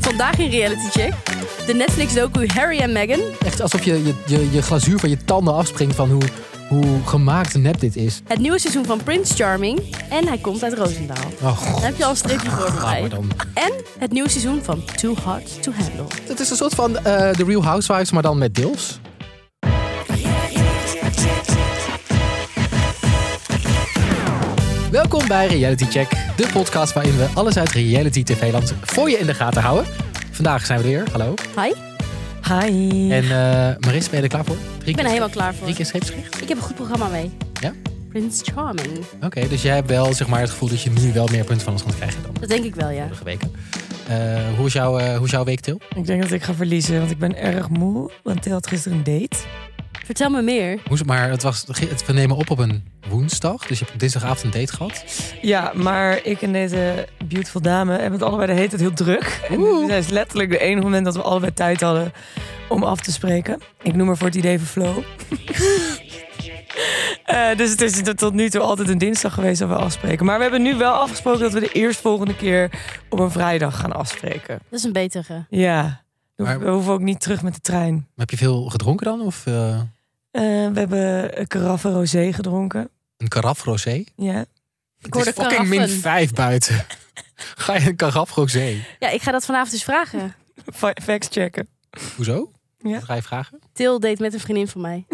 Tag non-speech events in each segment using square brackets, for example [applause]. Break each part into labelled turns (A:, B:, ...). A: Vandaag in Reality Check. De Netflix-docu Harry en Meghan.
B: Echt alsof je je, je je glazuur van je tanden afspringt van hoe, hoe gemaakt en nep dit is.
A: Het nieuwe seizoen van Prince Charming. En hij komt uit Roosendaal.
B: Oh, god.
A: Daar heb je al een streepje voor bij
B: Nou,
A: mij.
B: maar dan.
A: En het nieuwe seizoen van Too Hard to Handle.
B: Het is een soort van eh, The Real Housewives, maar dan met deels. Welkom bij Reality Check, de podcast waarin we alles uit reality tv-land voor je in de gaten houden. Vandaag zijn we er weer, hallo.
A: Hi,
C: Hi.
B: En eh Maris, ben je er klaar voor? Drie
A: ik ben er helemaal klaar voor.
B: Drie keer scheepsrecht?
A: Ik heb een goed programma mee.
B: Ja?
A: Prince Charming.
B: Oké, dus jij hebt wel zeg maar, het gevoel dat je nu wel meer punten van ons gaat krijgen dan
A: Dat denk ik wel, ja.
B: vorige weken. Eh, hoe, is jouw, eh, hoe is jouw week, Til?
C: Ik denk dat ik ga verliezen, want ik ben erg moe. Want Til had gisteren een date.
A: Vertel me meer.
B: Hoe is het maar? Het was, het, we nemen op op een woensdag, dus je hebt op dinsdagavond een date gehad.
C: Ja, maar ik en deze beautiful dame hebben het allebei de hele tijd heel druk. En
B: Oeh.
C: dat is letterlijk de enige moment dat we allebei tijd hadden om af te spreken. Ik noem haar voor het idee van flow. [laughs] Eh, dus het is tot nu toe altijd een dinsdag geweest dat we afspreken. Maar we hebben nu wel afgesproken dat we de eerstvolgende keer op een vrijdag gaan afspreken.
A: Dat is een betere.
C: Ja,
B: Maar-
C: we hoeven ook niet terug met de trein.
B: Maar heb je veel gedronken dan? Of eh,
C: Eh, we hebben een karaffe rosé gedronken.
B: een karaf rosé?
C: Ja.
B: Ik
A: hoorde
B: Het is fucking min
A: karaffen.
B: 5 buiten. [laughs] Ga je een karaf rosé?
A: Ja, ik ga dat vanavond eens vragen.
C: Fa- Facts checken.
B: Hoezo?
C: Ja.
B: Dat ga je vragen?
A: Til date met een vriendin van mij.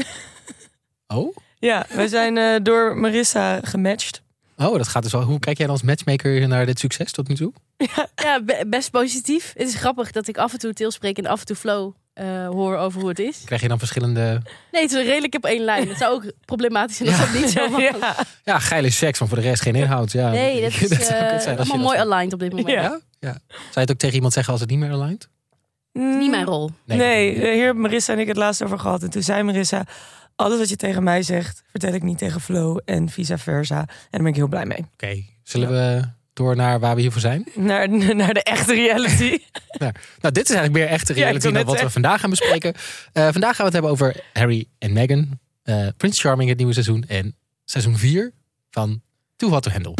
B: Oh?
C: Ja, we zijn eh, door Marissa gematcht.
B: Oh, dat gaat dus wel. Hoe kijk jij dan als matchmaker naar dit succes tot nu toe?
A: Ja, be- best positief. Het is grappig dat ik af en toe Til spreek en af en toe Flow eh, hoor over hoe het is.
B: Krijg je dan verschillende...
A: Nee, het is redelijk op één lijn. Het zou
B: [laughs]
A: ook problematisch zijn als
B: Ja.
A: dat niet zo was.
C: [laughs] ja.
B: Ja, geile seks, maar voor de rest geen inhoud. Ja, [laughs]
A: Nee, dat is
B: zou
A: eh,
B: kut zijn als je
A: allemaal
B: dat-
A: mooi aligned op dit moment.
C: Ja.
B: Ja? ja. Zou je het ook tegen iemand zeggen als het niet meer aligned?
A: Het is Niet mijn rol.
C: Nee, eh, hier hebben Marissa en ik het laatst over gehad. En toen zei Marissa, alles wat je tegen mij zegt, vertel ik niet tegen Flo en vice versa. En daar ben ik heel blij mee.
B: Oké, zullen we door naar waar we hiervoor zijn?
C: Naar, [laughs] naar de echte reality.
B: Nou, dit is eigenlijk meer echte
C: [laughs] Ja, ik
B: reality dan
C: wil net
B: wat we
C: zeggen.
B: vandaag gaan bespreken. Eh, vandaag gaan we het hebben over Harry en Meghan. eh Prince Charming, het nieuwe seizoen. En seizoen 4 van Too Hot to Handle.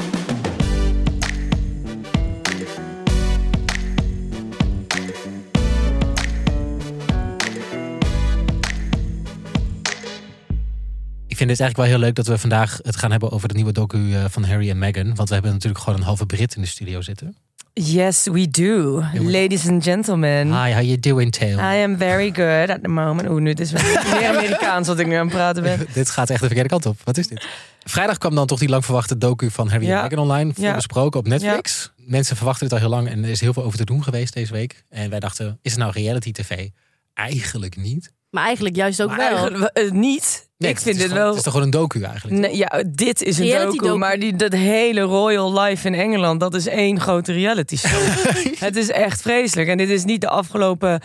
B: Ik vind het eigenlijk wel heel leuk dat we vandaag het gaan hebben over de nieuwe docu eh, van Harry en Meghan. Want we hebben natuurlijk gewoon een halve Brit in de studio zitten.
C: [laughs] Yes, we do. Ladies and gentlemen.
B: Hi, how you doing, Tail?
C: I am very good at the moment. Oeh, nu het is wel meer Amerikaans wat ik nu aan het praten ben.
B: [laughs] dit gaat echt de verkeerde kant op. Wat is dit? Vrijdag kwam dan toch die lang verwachte docu van Harry
C: Ja.
B: en Meghan online. Veel
C: Ja.
B: besproken op Netflix. Mensen verwachten het al heel lang en er is heel veel over te doen geweest deze week. En wij dachten, is het nou reality tv? Eigenlijk niet.
A: Maar eigenlijk juist ook
C: Maar
A: wel.
C: eigenlijk, eh, niet.
B: Nee,
C: ik
B: het
C: vind
B: is
C: dit
B: gewoon-
C: wel.
B: Het is toch gewoon een docu eigenlijk?
C: Nee, ja, dit is een
A: Reality
C: docu,
A: docu.
C: maar die, dat hele Royal Life in Engeland, dat is één grote reality show. het is echt vreselijk. En dit is niet de afgelopen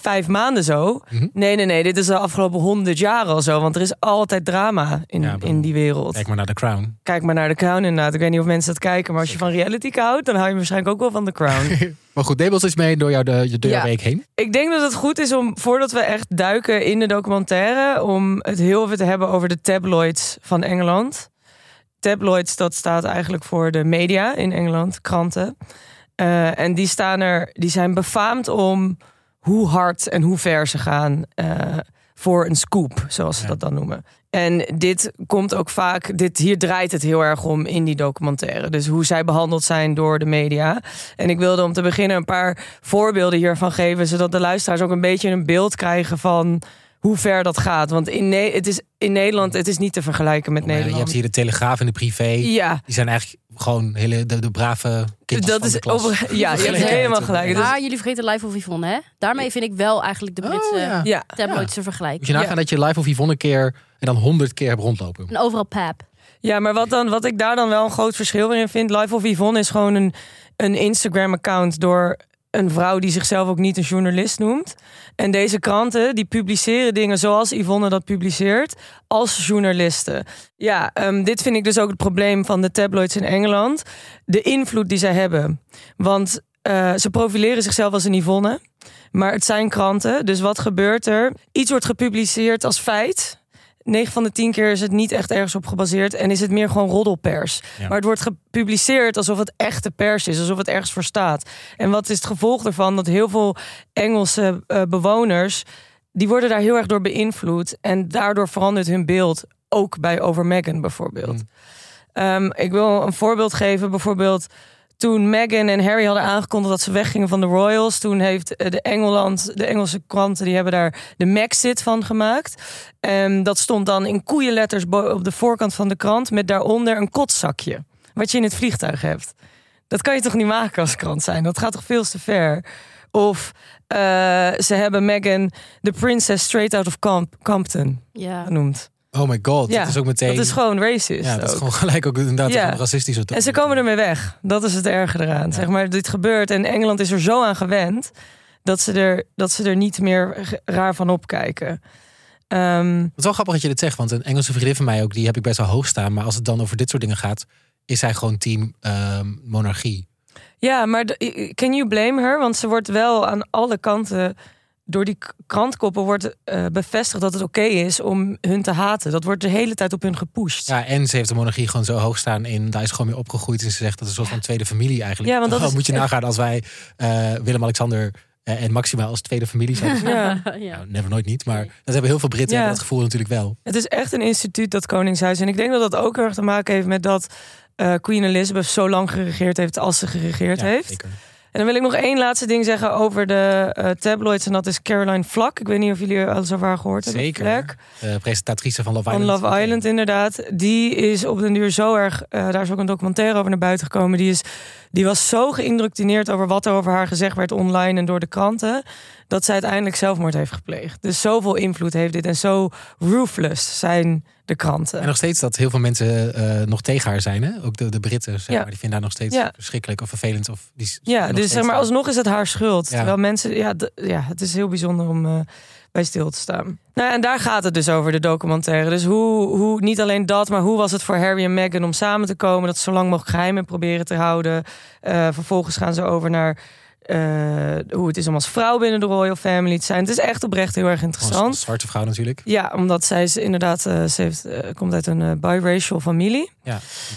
C: vijf maanden zo.
B: Mhm.
C: Nee, nee, nee, dit is de afgelopen honderd jaar al zo, want er is altijd drama in,
B: Ja, bedoel,
C: in die wereld.
B: Kijk maar naar The Crown.
C: Kijk maar naar The Crown inderdaad. Ik weet niet of mensen dat kijken, maar als je van reality houdt, dan hou je waarschijnlijk ook wel van The Crown.
B: Maar goed, neem ons eens mee door jouw, de, door jouw
C: Ja.
B: week heen.
C: Ik denk dat het goed is om, voordat we echt duiken in de documentaire, om het heel even te hebben over de tabloids van Engeland. Tabloids, dat staat eigenlijk voor de media in Engeland, kranten. Eh, en die, staan er, die zijn befaamd om hoe hard en hoe ver ze gaan eh, voor een scoop, zoals ze
B: Ja.
C: dat dan noemen. En dit komt ook vaak, dit, hier draait het heel erg om in die documentaire. Dus hoe zij behandeld zijn door de media. En ik wilde om te beginnen een paar voorbeelden hiervan geven, zodat de luisteraars ook een beetje een beeld krijgen van hoe ver dat gaat. Want in, Ne- het is, in Nederland, het is niet te vergelijken met
B: Maar Je
C: Nederland.
B: hebt hier de Telegraaf en de Privé.
C: Ja,
B: Die zijn eigenlijk gewoon hele, de, de brave kindjes
C: dat
B: van de
C: is
B: klas.
C: over, ja, je hebt
B: Vergelijken
C: helemaal
B: met-
C: gelijk. Dus-
A: Maar jullie vergeten Life of Yvonne, hè? Daarmee vind ik wel eigenlijk de Britse
B: Oh, ja.
C: ja.
A: tabloids te vergelijken.
B: Moet je nagaan
C: Ja.
B: dat je live of Yvonne een keer en dan honderd keer hebt rondlopen.
A: En overal pap.
C: Ja, maar wat, dan, wat ik daar dan wel een groot verschil weer in vind... Life of Yvonne is gewoon een, een Instagram-account door een vrouw... die zichzelf ook niet een journalist noemt. En deze kranten, die publiceren dingen zoals Yvonne dat publiceert... als journalisten. Ja, ehm, dit vind ik dus ook het probleem van de tabloids in Engeland. De invloed die zij hebben. Want eh, ze profileren zichzelf als een Yvonne... maar het zijn kranten, dus wat gebeurt er? Iets wordt gepubliceerd als feit... 9 van de 10 keer is het niet echt ergens op gebaseerd. En is het meer gewoon roddelpers.
B: Ja.
C: Maar het wordt gepubliceerd alsof het echte pers is. Alsof het ergens voor staat. En wat is het gevolg daarvan? Dat heel veel Engelse eh, bewoners. die worden daar heel erg door beïnvloed. En daardoor verandert hun beeld. Ook bij Over Meghan bijvoorbeeld.
B: Mm.
C: Ehm, ik wil een voorbeeld geven. Bijvoorbeeld toen Meghan en Harry hadden aangekondigd dat ze weggingen van de Royals. Toen heeft eh, de, Engeland, de Engelse kranten die hebben daar de Maxit van gemaakt. En Ehm, dat stond dan in koeienletters bo- op de voorkant van de krant. Met daaronder een kotzakje. Wat je in het vliegtuig hebt. Dat kan je toch niet maken als krant zijn? Dat gaat toch veel te ver? Of eh, ze hebben Meghan de Princess Straight Out of Camp- Compton
A: Ja.
C: genoemd.
B: Oh my god,
C: Ja,
B: dat is ook meteen...
C: Dat is gewoon racist.
B: ja, dat is
C: ook.
B: gewoon gelijk ook inderdaad
C: Ja.
B: een racistische toon.
C: En ze komen ermee weg. Dat is het erge eraan. Zeg maar, dit gebeurt en Engeland is er zo aan gewend dat ze er, dat ze er niet meer ge- raar van opkijken. Ehm,
B: Het is wel grappig dat je dit zegt, want een Engelse vriendin van mij ook, die heb ik best wel hoog staan. Maar als het dan over dit soort dingen gaat, is hij gewoon team ehm, monarchie.
C: ja, maar de- can you blame her? Want ze wordt wel aan alle kanten door die k- krantkoppen wordt eh, bevestigd dat het oké is om hun te haten. Dat wordt de hele tijd op hun gepusht.
B: Ja, en ze heeft de monarchie gewoon zo hoog staan in, daar is ze gewoon mee opgegroeid. En ze zegt dat is een soort van tweede familie eigenlijk.
C: Ja, want dat
B: Oh,
C: is
B: moet je
C: echt-
B: nagaan als wij eh, Willem-Alexander eh, en Maxima als tweede familie
C: [laughs]
B: zouden
C: Ja.
A: [laughs] ja.
B: Nou, never nooit niet, maar dat hebben heel veel Britten
C: Ja.
B: hebben dat gevoel natuurlijk wel.
C: Het is echt een instituut, dat Koningshuis. En ik denk dat dat ook heel erg te maken heeft met dat eh, Queen Elizabeth zo lang geregeerd heeft als ze geregeerd
B: Ja,
C: heeft.
B: zeker.
C: En dan wil ik nog één laatste ding zeggen over de eh, tabloids. En dat is Caroline Vlak. Ik weet niet of jullie er al eens over haar gehoord hebben.
B: Zeker.
C: Vlak
B: De presentatrice van Love
C: van
B: Island.
C: Love Island, inderdaad. Die is op den duur zo erg. eh, daar is ook een documentaire over naar buiten gekomen. Die, is, die was zo geïndoctrineerd over wat er over haar gezegd werd online en door de kranten. Dat zij uiteindelijk zelfmoord heeft gepleegd. Dus zoveel invloed heeft dit. En zo ruthless zijn de kranten.
B: En nog steeds dat heel veel mensen eh, nog tegen haar zijn. Hè? Ook de, de Britten, zeg
C: Ja.
B: maar, die vinden haar nog steeds
C: Ja.
B: verschrikkelijk of vervelend. Of die s-
C: Ja,
B: nog
C: dus zeg
B: steeds-
C: maar alsnog is het haar schuld.
B: Ja.
C: Terwijl mensen, ja, d- ja, het is heel bijzonder om eh, bij stil te staan. Nou ja, en daar gaat het dus over, de documentaire. Dus hoe, hoe, niet alleen dat, maar hoe was het voor Harry en Meghan om samen te komen? Dat ze zo lang mogelijk geheim en proberen te houden. Eh, vervolgens gaan ze over naar eh, hoe het is om als vrouw binnen de royal family te zijn. Het is echt oprecht heel erg
B: Gewoon
C: interessant.
B: Een zwarte vrouw natuurlijk.
C: Ja, omdat zij is inderdaad, eh, ze heeft, eh, komt uit een eh, biracial familie.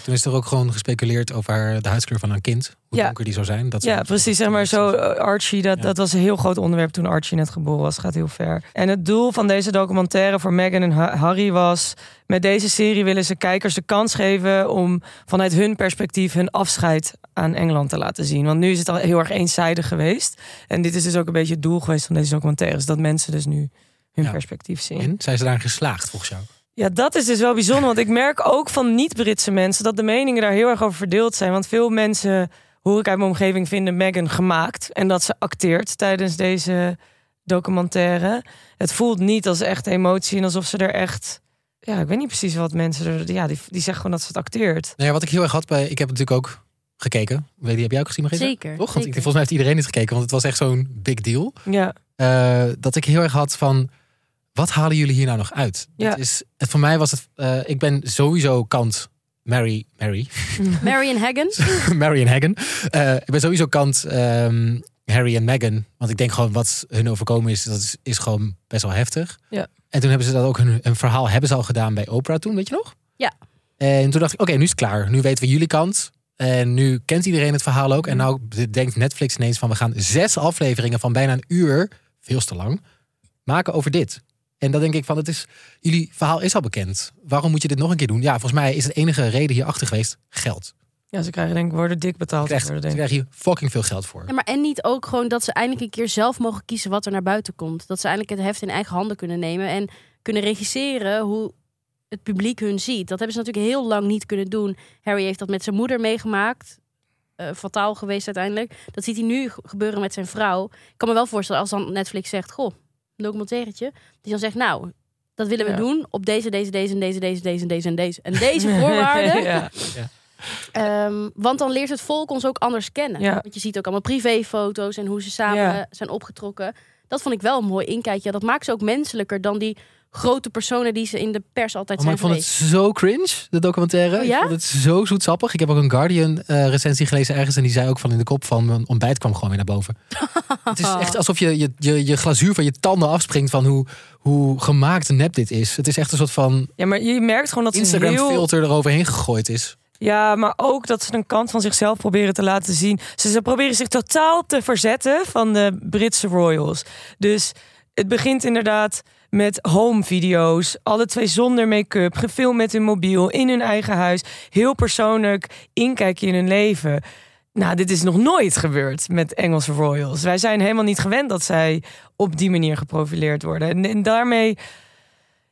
B: Toen is er ook gewoon gespeculeerd over haar- de huidskleur van een kind. Hoe
C: Ja.
B: donker die zou zijn. Dat
C: Ja,
B: soort-
C: precies. Zeg maar zo, eh, Archie, dat,
B: Ja.
C: dat was een heel groot onderwerp toen Archie net geboren was. Gaat heel ver. En het doel van deze documentaire voor Meghan en Ha- Harry was... met deze serie willen ze kijkers de kans geven... om vanuit hun perspectief hun afscheid aan Engeland te laten zien. Want nu is het al heel erg eenzijdig geweest. En dit is dus ook een beetje het doel geweest van deze documentaire... is dat mensen dus nu hun
B: Ja.
C: perspectief zien.
B: En zijn ze daar geslaagd volgens jou?
C: Ja, dat is dus wel bijzonder. Want ik merk ook van niet-Britse mensen dat de meningen daar heel erg over verdeeld zijn. Want veel mensen, hoor ik uit mijn omgeving, vinden Meghan gemaakt. En dat ze acteert tijdens deze documentaire. Het voelt niet als echt emotie en alsof ze er echt. Ja, ik weet niet precies wat mensen er. Ja, die, die zeggen gewoon dat ze het acteert.
B: Nou ja, wat ik heel erg had bij... Ik heb natuurlijk ook gekeken. Weet je, heb jij ook gezien, Margriet?
A: Zeker.
B: Toch? Want
A: zeker.
B: ik, volgens mij heeft iedereen dit gekeken. Want het was echt zo'n big deal.
C: Ja,
B: eh, dat ik heel erg had van. Wat halen jullie hier nou nog uit?
C: Ja.
B: Het is, het, voor mij was het. eh, ik ben sowieso kant. Mary, Mary,
A: Marion Hagen.
B: [laughs] Mary en Hagen. Eh, ik ben sowieso kant ehm, Harry en Meghan. Want ik denk gewoon wat hun overkomen is, dat is, is gewoon best wel heftig.
C: Ja.
B: En toen hebben ze dat ook hun, hun verhaal hebben ze al gedaan bij Oprah toen, weet je nog?
A: Ja.
B: En toen dacht ik, oké, nu is het klaar. Nu weten we jullie kant. En nu kent iedereen het verhaal ook. En nou denkt Netflix ineens van we gaan zes afleveringen van bijna een uur, veel te lang, maken over dit. En dan denk ik van, het is, jullie verhaal is al bekend. Waarom moet je dit nog een keer doen? Ja, volgens mij is het enige reden hierachter geweest geld
C: ja ze krijgen denk ik worden dik betaald.
B: krijgt,
C: worden,
B: ze
C: denk ik.
B: krijgen hier fucking veel geld voor.
A: Ja, maar en niet ook gewoon dat ze eindelijk een keer zelf mogen kiezen wat er naar buiten komt. Dat ze eindelijk het heft in eigen handen kunnen nemen en kunnen regisseren hoe het publiek hun ziet. Dat hebben ze natuurlijk heel lang niet kunnen doen. Harry heeft dat met zijn moeder meegemaakt. Eh, fataal geweest uiteindelijk. Dat ziet hij nu ge- gebeuren met zijn vrouw. Ik kan me wel voorstellen als dan Netflix zegt: Goh, een documentairetje. Die dan zegt: Nou, dat willen we
C: Ja.
A: doen op deze, deze, deze, en deze, deze, deze, en deze en deze. En
C: [laughs]
A: deze voorwaarden. [laughs]
C: ja.
A: Ehm, want dan leert het volk ons ook anders kennen.
C: Ja.
A: Want je ziet ook allemaal privéfoto's en hoe ze samen
C: Ja.
A: zijn opgetrokken. Dat vond ik wel een mooi inkijkje. Dat maakt ze ook menselijker dan die grote personen die ze in de pers altijd
B: Oh, maar
A: zijn
B: ik vond het
A: geweest.
B: zo cringe, de documentaire.
A: Oh, ja?
B: Ik vond het zo zoetsappig. Ik heb ook een Guardian-recensie gelezen ergens. En die zei ook van in de kop van mijn ontbijt kwam gewoon weer naar boven. het is echt alsof je je, je je glazuur van je tanden afspringt van hoe, hoe gemaakt nep dit is. Het is echt een soort van
C: Ja, maar je merkt gewoon dat ze heel...
B: Instagram-filter eroverheen gegooid is.
C: Ja, maar ook dat ze een kant van zichzelf proberen te laten zien. Ze, ze proberen zich totaal te verzetten van de Britse royals. Dus het begint inderdaad met home video's. Alle twee zonder make-up, gefilmd met hun mobiel, in hun eigen huis. Heel persoonlijk inkijkje in hun leven. Nou, dit is nog nooit gebeurd met Engelse royals. Wij zijn helemaal niet gewend dat zij op die manier geprofileerd worden. En, en daarmee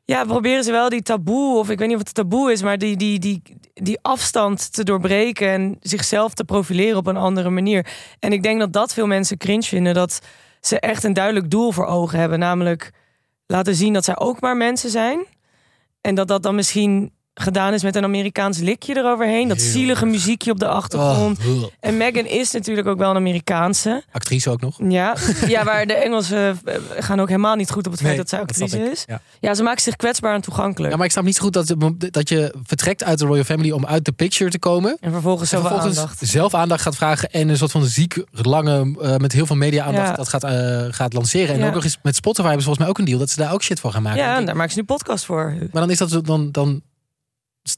C: ja, proberen ze wel die taboe, of ik weet niet of het taboe is, maar die, die, die, die afstand te doorbreken en zichzelf te profileren op een andere manier. En ik denk dat dat veel mensen cringe vinden, dat ze echt een duidelijk doel voor ogen hebben, namelijk laten zien dat zij ook maar mensen zijn. En dat dat dan misschien gedaan is met een Amerikaans likje eroverheen, dat
B: Heel
C: zielige
B: erg.
C: muziekje op de achtergrond.
B: Oh, ugh.
C: En Meghan is natuurlijk ook wel een Amerikaanse.
B: actrice ook nog.
C: Ja, ja waar de Engelsen eh, gaan ook helemaal niet goed op het feit dat zij
B: dat snap
C: actrice
B: ik.
C: is.
B: Ja.
C: Ja, ze maken zich kwetsbaar en toegankelijk.
B: ja, maar ik snap niet zo goed dat, dat je vertrekt uit de Royal Family om uit de picture te komen.
C: En vervolgens
B: En
C: zoveel
B: vervolgens
C: aandacht.
B: zelf aandacht gaat vragen en een soort van ziek lange eh, met heel veel media aandacht
C: Ja.
B: dat gaat, eh, gaat lanceren. En
C: Ja.
B: ook nog eens met Spotify hebben ze volgens mij ook een deal dat ze daar ook shit voor gaan maken.
C: Ja,
B: denk
C: en
B: ik.
C: daar maken ze nu podcast voor.
B: Maar dan is dat zo- dan, dan,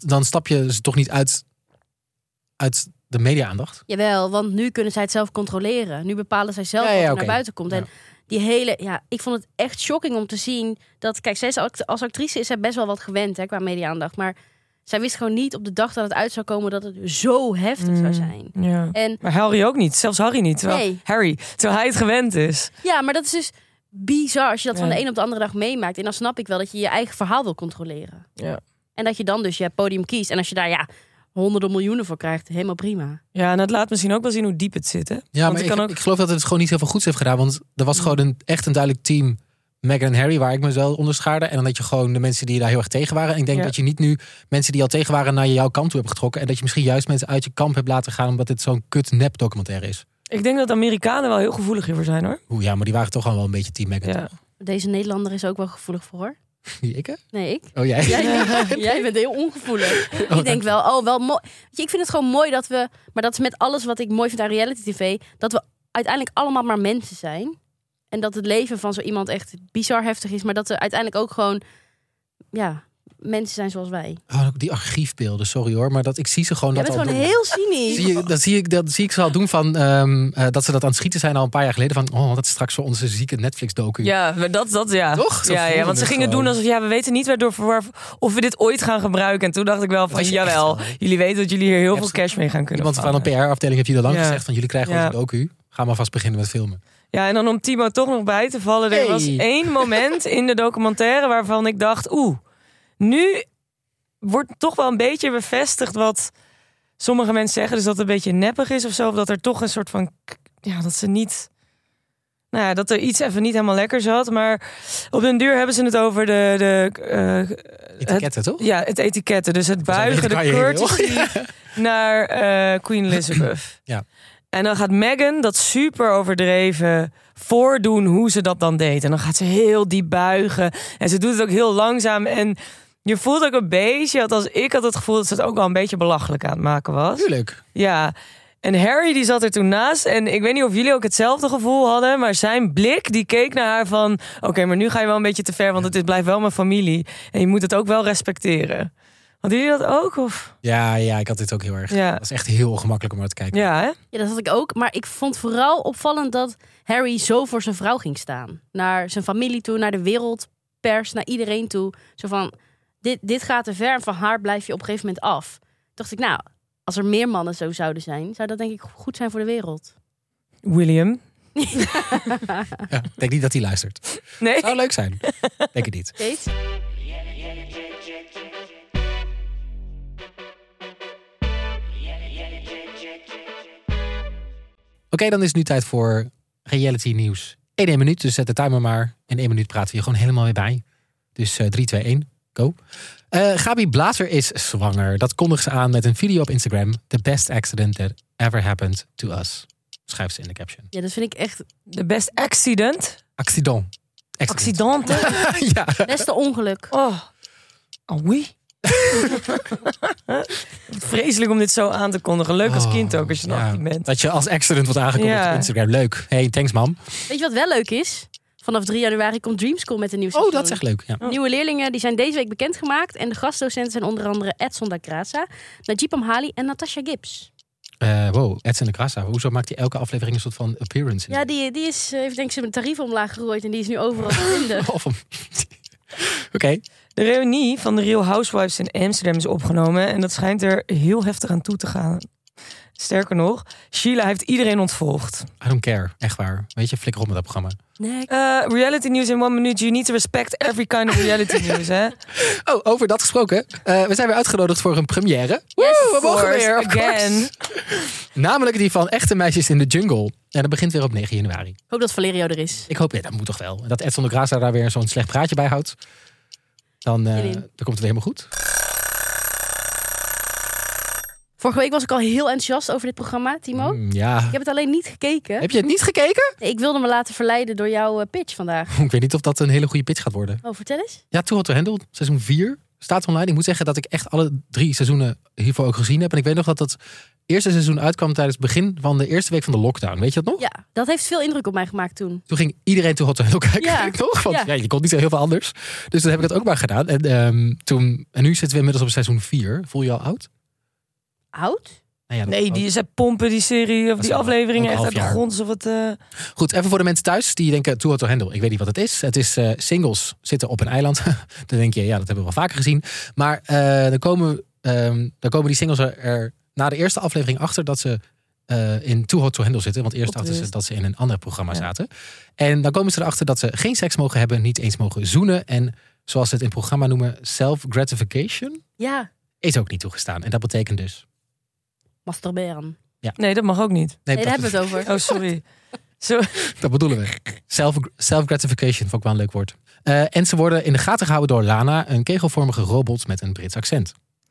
B: dan stap je dus toch niet uit, uit de media aandacht.
A: Jawel, want nu kunnen zij het zelf controleren. Nu bepalen zij zelf
B: Ja,
A: wat
B: ja,
A: er
B: oké.
A: naar buiten komt. En
B: Ja.
A: die hele, ja, ik vond het echt shocking om te zien dat, kijk, zij is act- als actrice is zij best wel wat gewend hè, qua media-aandacht. Maar zij wist gewoon niet op de dag dat het uit zou komen dat het zo heftig
B: Mm.
A: zou zijn.
C: Mm, Ja.
A: En
C: Maar Harry ook niet. Zelfs Harry niet. Terwijl,
A: Nee.
C: Harry, terwijl hij het gewend is.
A: ja, maar dat is dus bizar als je dat van
C: Ja.
A: de een op de andere dag meemaakt. En dan snap ik wel dat je je eigen verhaal wil controleren.
C: Ja.
A: En dat je dan dus je podium kiest. En als je daar, ja, honderden miljoenen voor krijgt, helemaal prima.
C: Ja, en dat laat misschien ook wel zien hoe diep het zit. Hè?
B: Ja,
C: Want
B: maar
C: het
B: ik,
C: kan ook- Mm.
B: ik geloof dat het gewoon niet heel veel goeds heeft gedaan. Want er was gewoon een, echt een duidelijk team, Meghan en Harry, waar ik me zo onder schaarde. En dan dat je gewoon de mensen die daar heel erg tegen waren. En ik denk
C: Ja.
B: dat je niet nu mensen die al tegen waren naar jouw kamp toe hebt getrokken. En dat je misschien juist mensen uit je kamp hebt laten gaan omdat dit zo'n kut nep documentaire is.
C: Ik denk dat Amerikanen wel heel gevoelig hiervoor zijn hoor.
B: Oeh, ja, maar die waren toch al wel een beetje team Meghan. [laughs]
C: Ja.
A: Deze Nederlander is ook wel gevoelig voor. hoor.
B: Wie, ik hè?
A: Nee,
C: [laughs]
A: ik.
B: Oh, jij?
A: Jij, [laughs] jij bent heel ongevoelig. ik denk wel, oh, wel mooi. Weet je, Ik vind het gewoon mooi dat we, maar dat is met alles wat ik mooi vind aan reality tv, dat we uiteindelijk allemaal maar mensen zijn. En dat het leven van zo iemand echt bizar heftig is, maar dat er uiteindelijk ook gewoon, ja, mensen zijn zoals wij.
B: Oh, ook die archiefbeelden, sorry hoor. Maar dat, ik zie ze gewoon
A: Jij
B: dat
A: bent
B: al
A: gewoon
B: doen.
A: heel cynisch.
B: Zie je, dat, zie ik, dat zie ik ze al doen van ehm, eh, dat ze dat aan het schieten zijn al een paar jaar geleden. Van oh, dat is straks voor onze zieke Netflix-docu.
C: Ja, maar dat, dat ja.
B: Toch? Zo
C: Ja, ja,
B: voelde
C: want ze
B: het
C: gingen
B: gewoon.
C: doen alsof ja, we weten niet waardoor voor, of we dit ooit gaan gebruiken. En toen dacht ik wel van
B: was echt
C: jawel,
B: wel.
C: jullie weten dat jullie hier heel veel
B: Absoluut.
C: cash mee gaan kunnen
B: Want van een
C: vangen.
B: PR-afdeling heb je er lang
C: Ja.
B: gezegd van jullie krijgen
C: Ja.
B: onze docu. Ga maar vast beginnen met filmen.
C: Ja, en dan om Timo toch nog bij te vallen. Er
B: Hey.
C: was één moment in de documentaire waarvan ik dacht... oeh, nu wordt toch wel een beetje bevestigd wat sommige mensen zeggen. Dus dat het een beetje neppig is of zo. Of dat er toch een soort van... k- Ja, dat ze niet... Nou ja, dat er iets even niet helemaal lekker zat. Maar op den duur hebben ze het over de... de eh,
B: Etiketten, toch?
C: ja, het etiketten. Dus het buigen, de
B: weet ik waar je heen wil.
C: courtesy
B: [laughs]
C: naar eh, Queen Elizabeth.
B: Ja.
C: En dan gaat Meghan dat super overdreven voordoen hoe ze dat dan deed. En dan gaat ze heel diep buigen. En ze doet het ook heel langzaam. En je voelt ook een beetje, althans ik had het gevoel dat ze het ook wel een beetje belachelijk aan het maken was.
B: Tuurlijk.
C: Ja. En Harry die zat er toen naast. En ik weet niet of jullie ook hetzelfde gevoel hadden. Maar zijn blik die keek naar haar van... Oké, maar nu ga je wel een beetje te ver. Want het is, blijft wel mijn familie. En je moet het ook wel respecteren. Hadden jullie dat ook? Of?
B: Ja, ja, ik had dit ook heel erg.
C: Ja.
B: Dat was echt heel ongemakkelijk om naar te kijken.
C: Ja, hè?
A: Ja, dat had ik ook. Maar ik vond vooral opvallend dat Harry zo voor zijn vrouw ging staan. Naar zijn familie toe, naar de wereldpers, naar iedereen toe. Zo van, dit, dit gaat te ver en van haar blijf je op een gegeven moment af. Toen dacht ik, nou, als er meer mannen zo zouden zijn... zou dat denk ik goed zijn voor de wereld.
C: William.
B: Ja, ik denk niet dat hij luistert.
C: Nee.
B: Zou leuk
C: [laughs]
B: zijn. Denk het niet.
A: Kees?
B: Oké, dan is het nu tijd voor reality nieuws. In één minuut, dus zet de timer maar. In één minuut praten we je gewoon helemaal weer bij. Dus eh 3, 2, 1, go. Eh, Gabi Blazer is zwanger. Dat kondigt ze aan met een video op Instagram. The best accident that ever happened to us. Schrijft ze in de caption.
A: Ja, dat vind ik echt...
C: The best accident.
B: Accident. Accident. Ah, [laughs]
C: Accidenten.
B: ja.
A: Beste ongeluk.
C: [laughs] Oh. Oh, [laughs] oui. Vreselijk om dit zo aan te kondigen. Leuk als
B: Oh,
C: kind ook, als je nog
B: ja.
C: niet bent.
B: Dat je als accident wordt aangekondigd
C: Ja.
B: op Instagram. Leuk. Hey, thanks mam.
A: Weet je wat wel leuk is? Vanaf 3 januari komt Dream School met een nieuw
B: Oh,
A: seizoen.
B: dat is echt leuk. Ja.
A: Nieuwe leerlingen die zijn deze week bekendgemaakt. En de gastdocenten zijn onder andere Edson da Graça, Najib Amhali en Natasha Gibbs.
B: Eh, wow, Edson de Grassa. Hoezo maakt hij elke aflevering een soort van appearance? in?
A: Ja, die, die is, eh, heeft denk ik zijn tarief omlaag gegooid en die is nu overal te
B: [laughs]
A: vinden.
B: Of hem. Oké.
C: De reunie van de Real Housewives in Amsterdam is opgenomen en dat schijnt er heel heftig aan toe te gaan. Sterker nog, Sheila heeft iedereen ontvolgd.
B: I don't care. Echt waar. Weet je, flikker op met dat programma.
A: Nee,
C: Eh, reality news in one minute. You need to respect every kind of
B: [laughs]
C: reality news, hè?
B: Oh, over dat gesproken. Eh, we zijn weer uitgenodigd voor een première.
C: Yes,
B: we mogen weer, of
C: again.
B: [laughs] Namelijk die van Echte Meisjes in de Jungle. En dat begint weer op 9 januari.
A: hoop dat Valerio er is.
B: Ik hoop, ja, dat moet toch wel. En Dat Edson de Graza daar weer zo'n slecht praatje bij houdt. Dan, eh,
A: Zin in.
B: dan komt het weer helemaal goed.
A: Vorige week was ik al heel enthousiast over dit programma, Timo.
B: Mm, ja.
A: Ik heb het alleen niet gekeken.
B: Heb je het niet gekeken?
A: Ik wilde me laten verleiden door jouw eh, pitch vandaag.
B: [laughs] Ik weet niet of dat een hele goede pitch gaat worden.
A: Oh, vertel eens.
B: Ja, Too Hot to Handle, seizoen 4, staat online. Ik moet zeggen dat ik echt alle drie seizoenen hiervoor ook gezien heb. En ik weet nog dat dat eerste seizoen uitkwam tijdens het begin van de eerste week van de lockdown. Weet je dat nog?
A: Ja, dat heeft veel indruk op mij gemaakt toen.
B: Toen ging iedereen Too Hot to Handle kijken,
A: Ja.
B: ja. [laughs] toch? Want
A: Ja.
B: ja. je kon niet zo heel veel anders. Dus dat heb ik dat ook maar gedaan. En, ehm, toen, en nu zitten we inmiddels op seizoen 4. Voel je je al oud?
A: Oud?
B: Nou ja, dat-
C: Nee, die, ze pompen die serie of
B: is
C: die
B: wel
C: afleveringen echt
B: anderhalf
C: uit de
B: jaar.
C: grond. Of het, eh,
B: Goed, even voor de mensen thuis die denken Too Hot to Handle. Ik weet niet wat het is. Het is eh, singles zitten op een eiland. [laughs] dan denk je, ja, dat hebben we wel vaker gezien. Maar eh, dan, komen, ehm, dan komen die singles er, er na de eerste aflevering achter dat ze eh, in Too Hot to Handle zitten. Want eerst dachten ze
C: Opgewist.
B: dat ze in een ander programma
C: Ja.
B: zaten. En dan komen ze erachter dat ze geen seks mogen hebben, niet eens mogen zoenen. En zoals ze het in het programma noemen, self-gratification
A: Ja,
B: is ook niet toegestaan. En dat betekent dus...
A: masturberen.
C: nee, dat mag ook niet.
B: Nee,
A: Nee, daar hebben we het over.
C: Oh,
B: [laughs]
C: sorry. Zo,
B: Dat bedoelen we. Self- Self-gratification vond ik wel een leuk woord. Eh, en ze worden in de gaten gehouden door Lana, een kegelvormige robot met een Brits accent.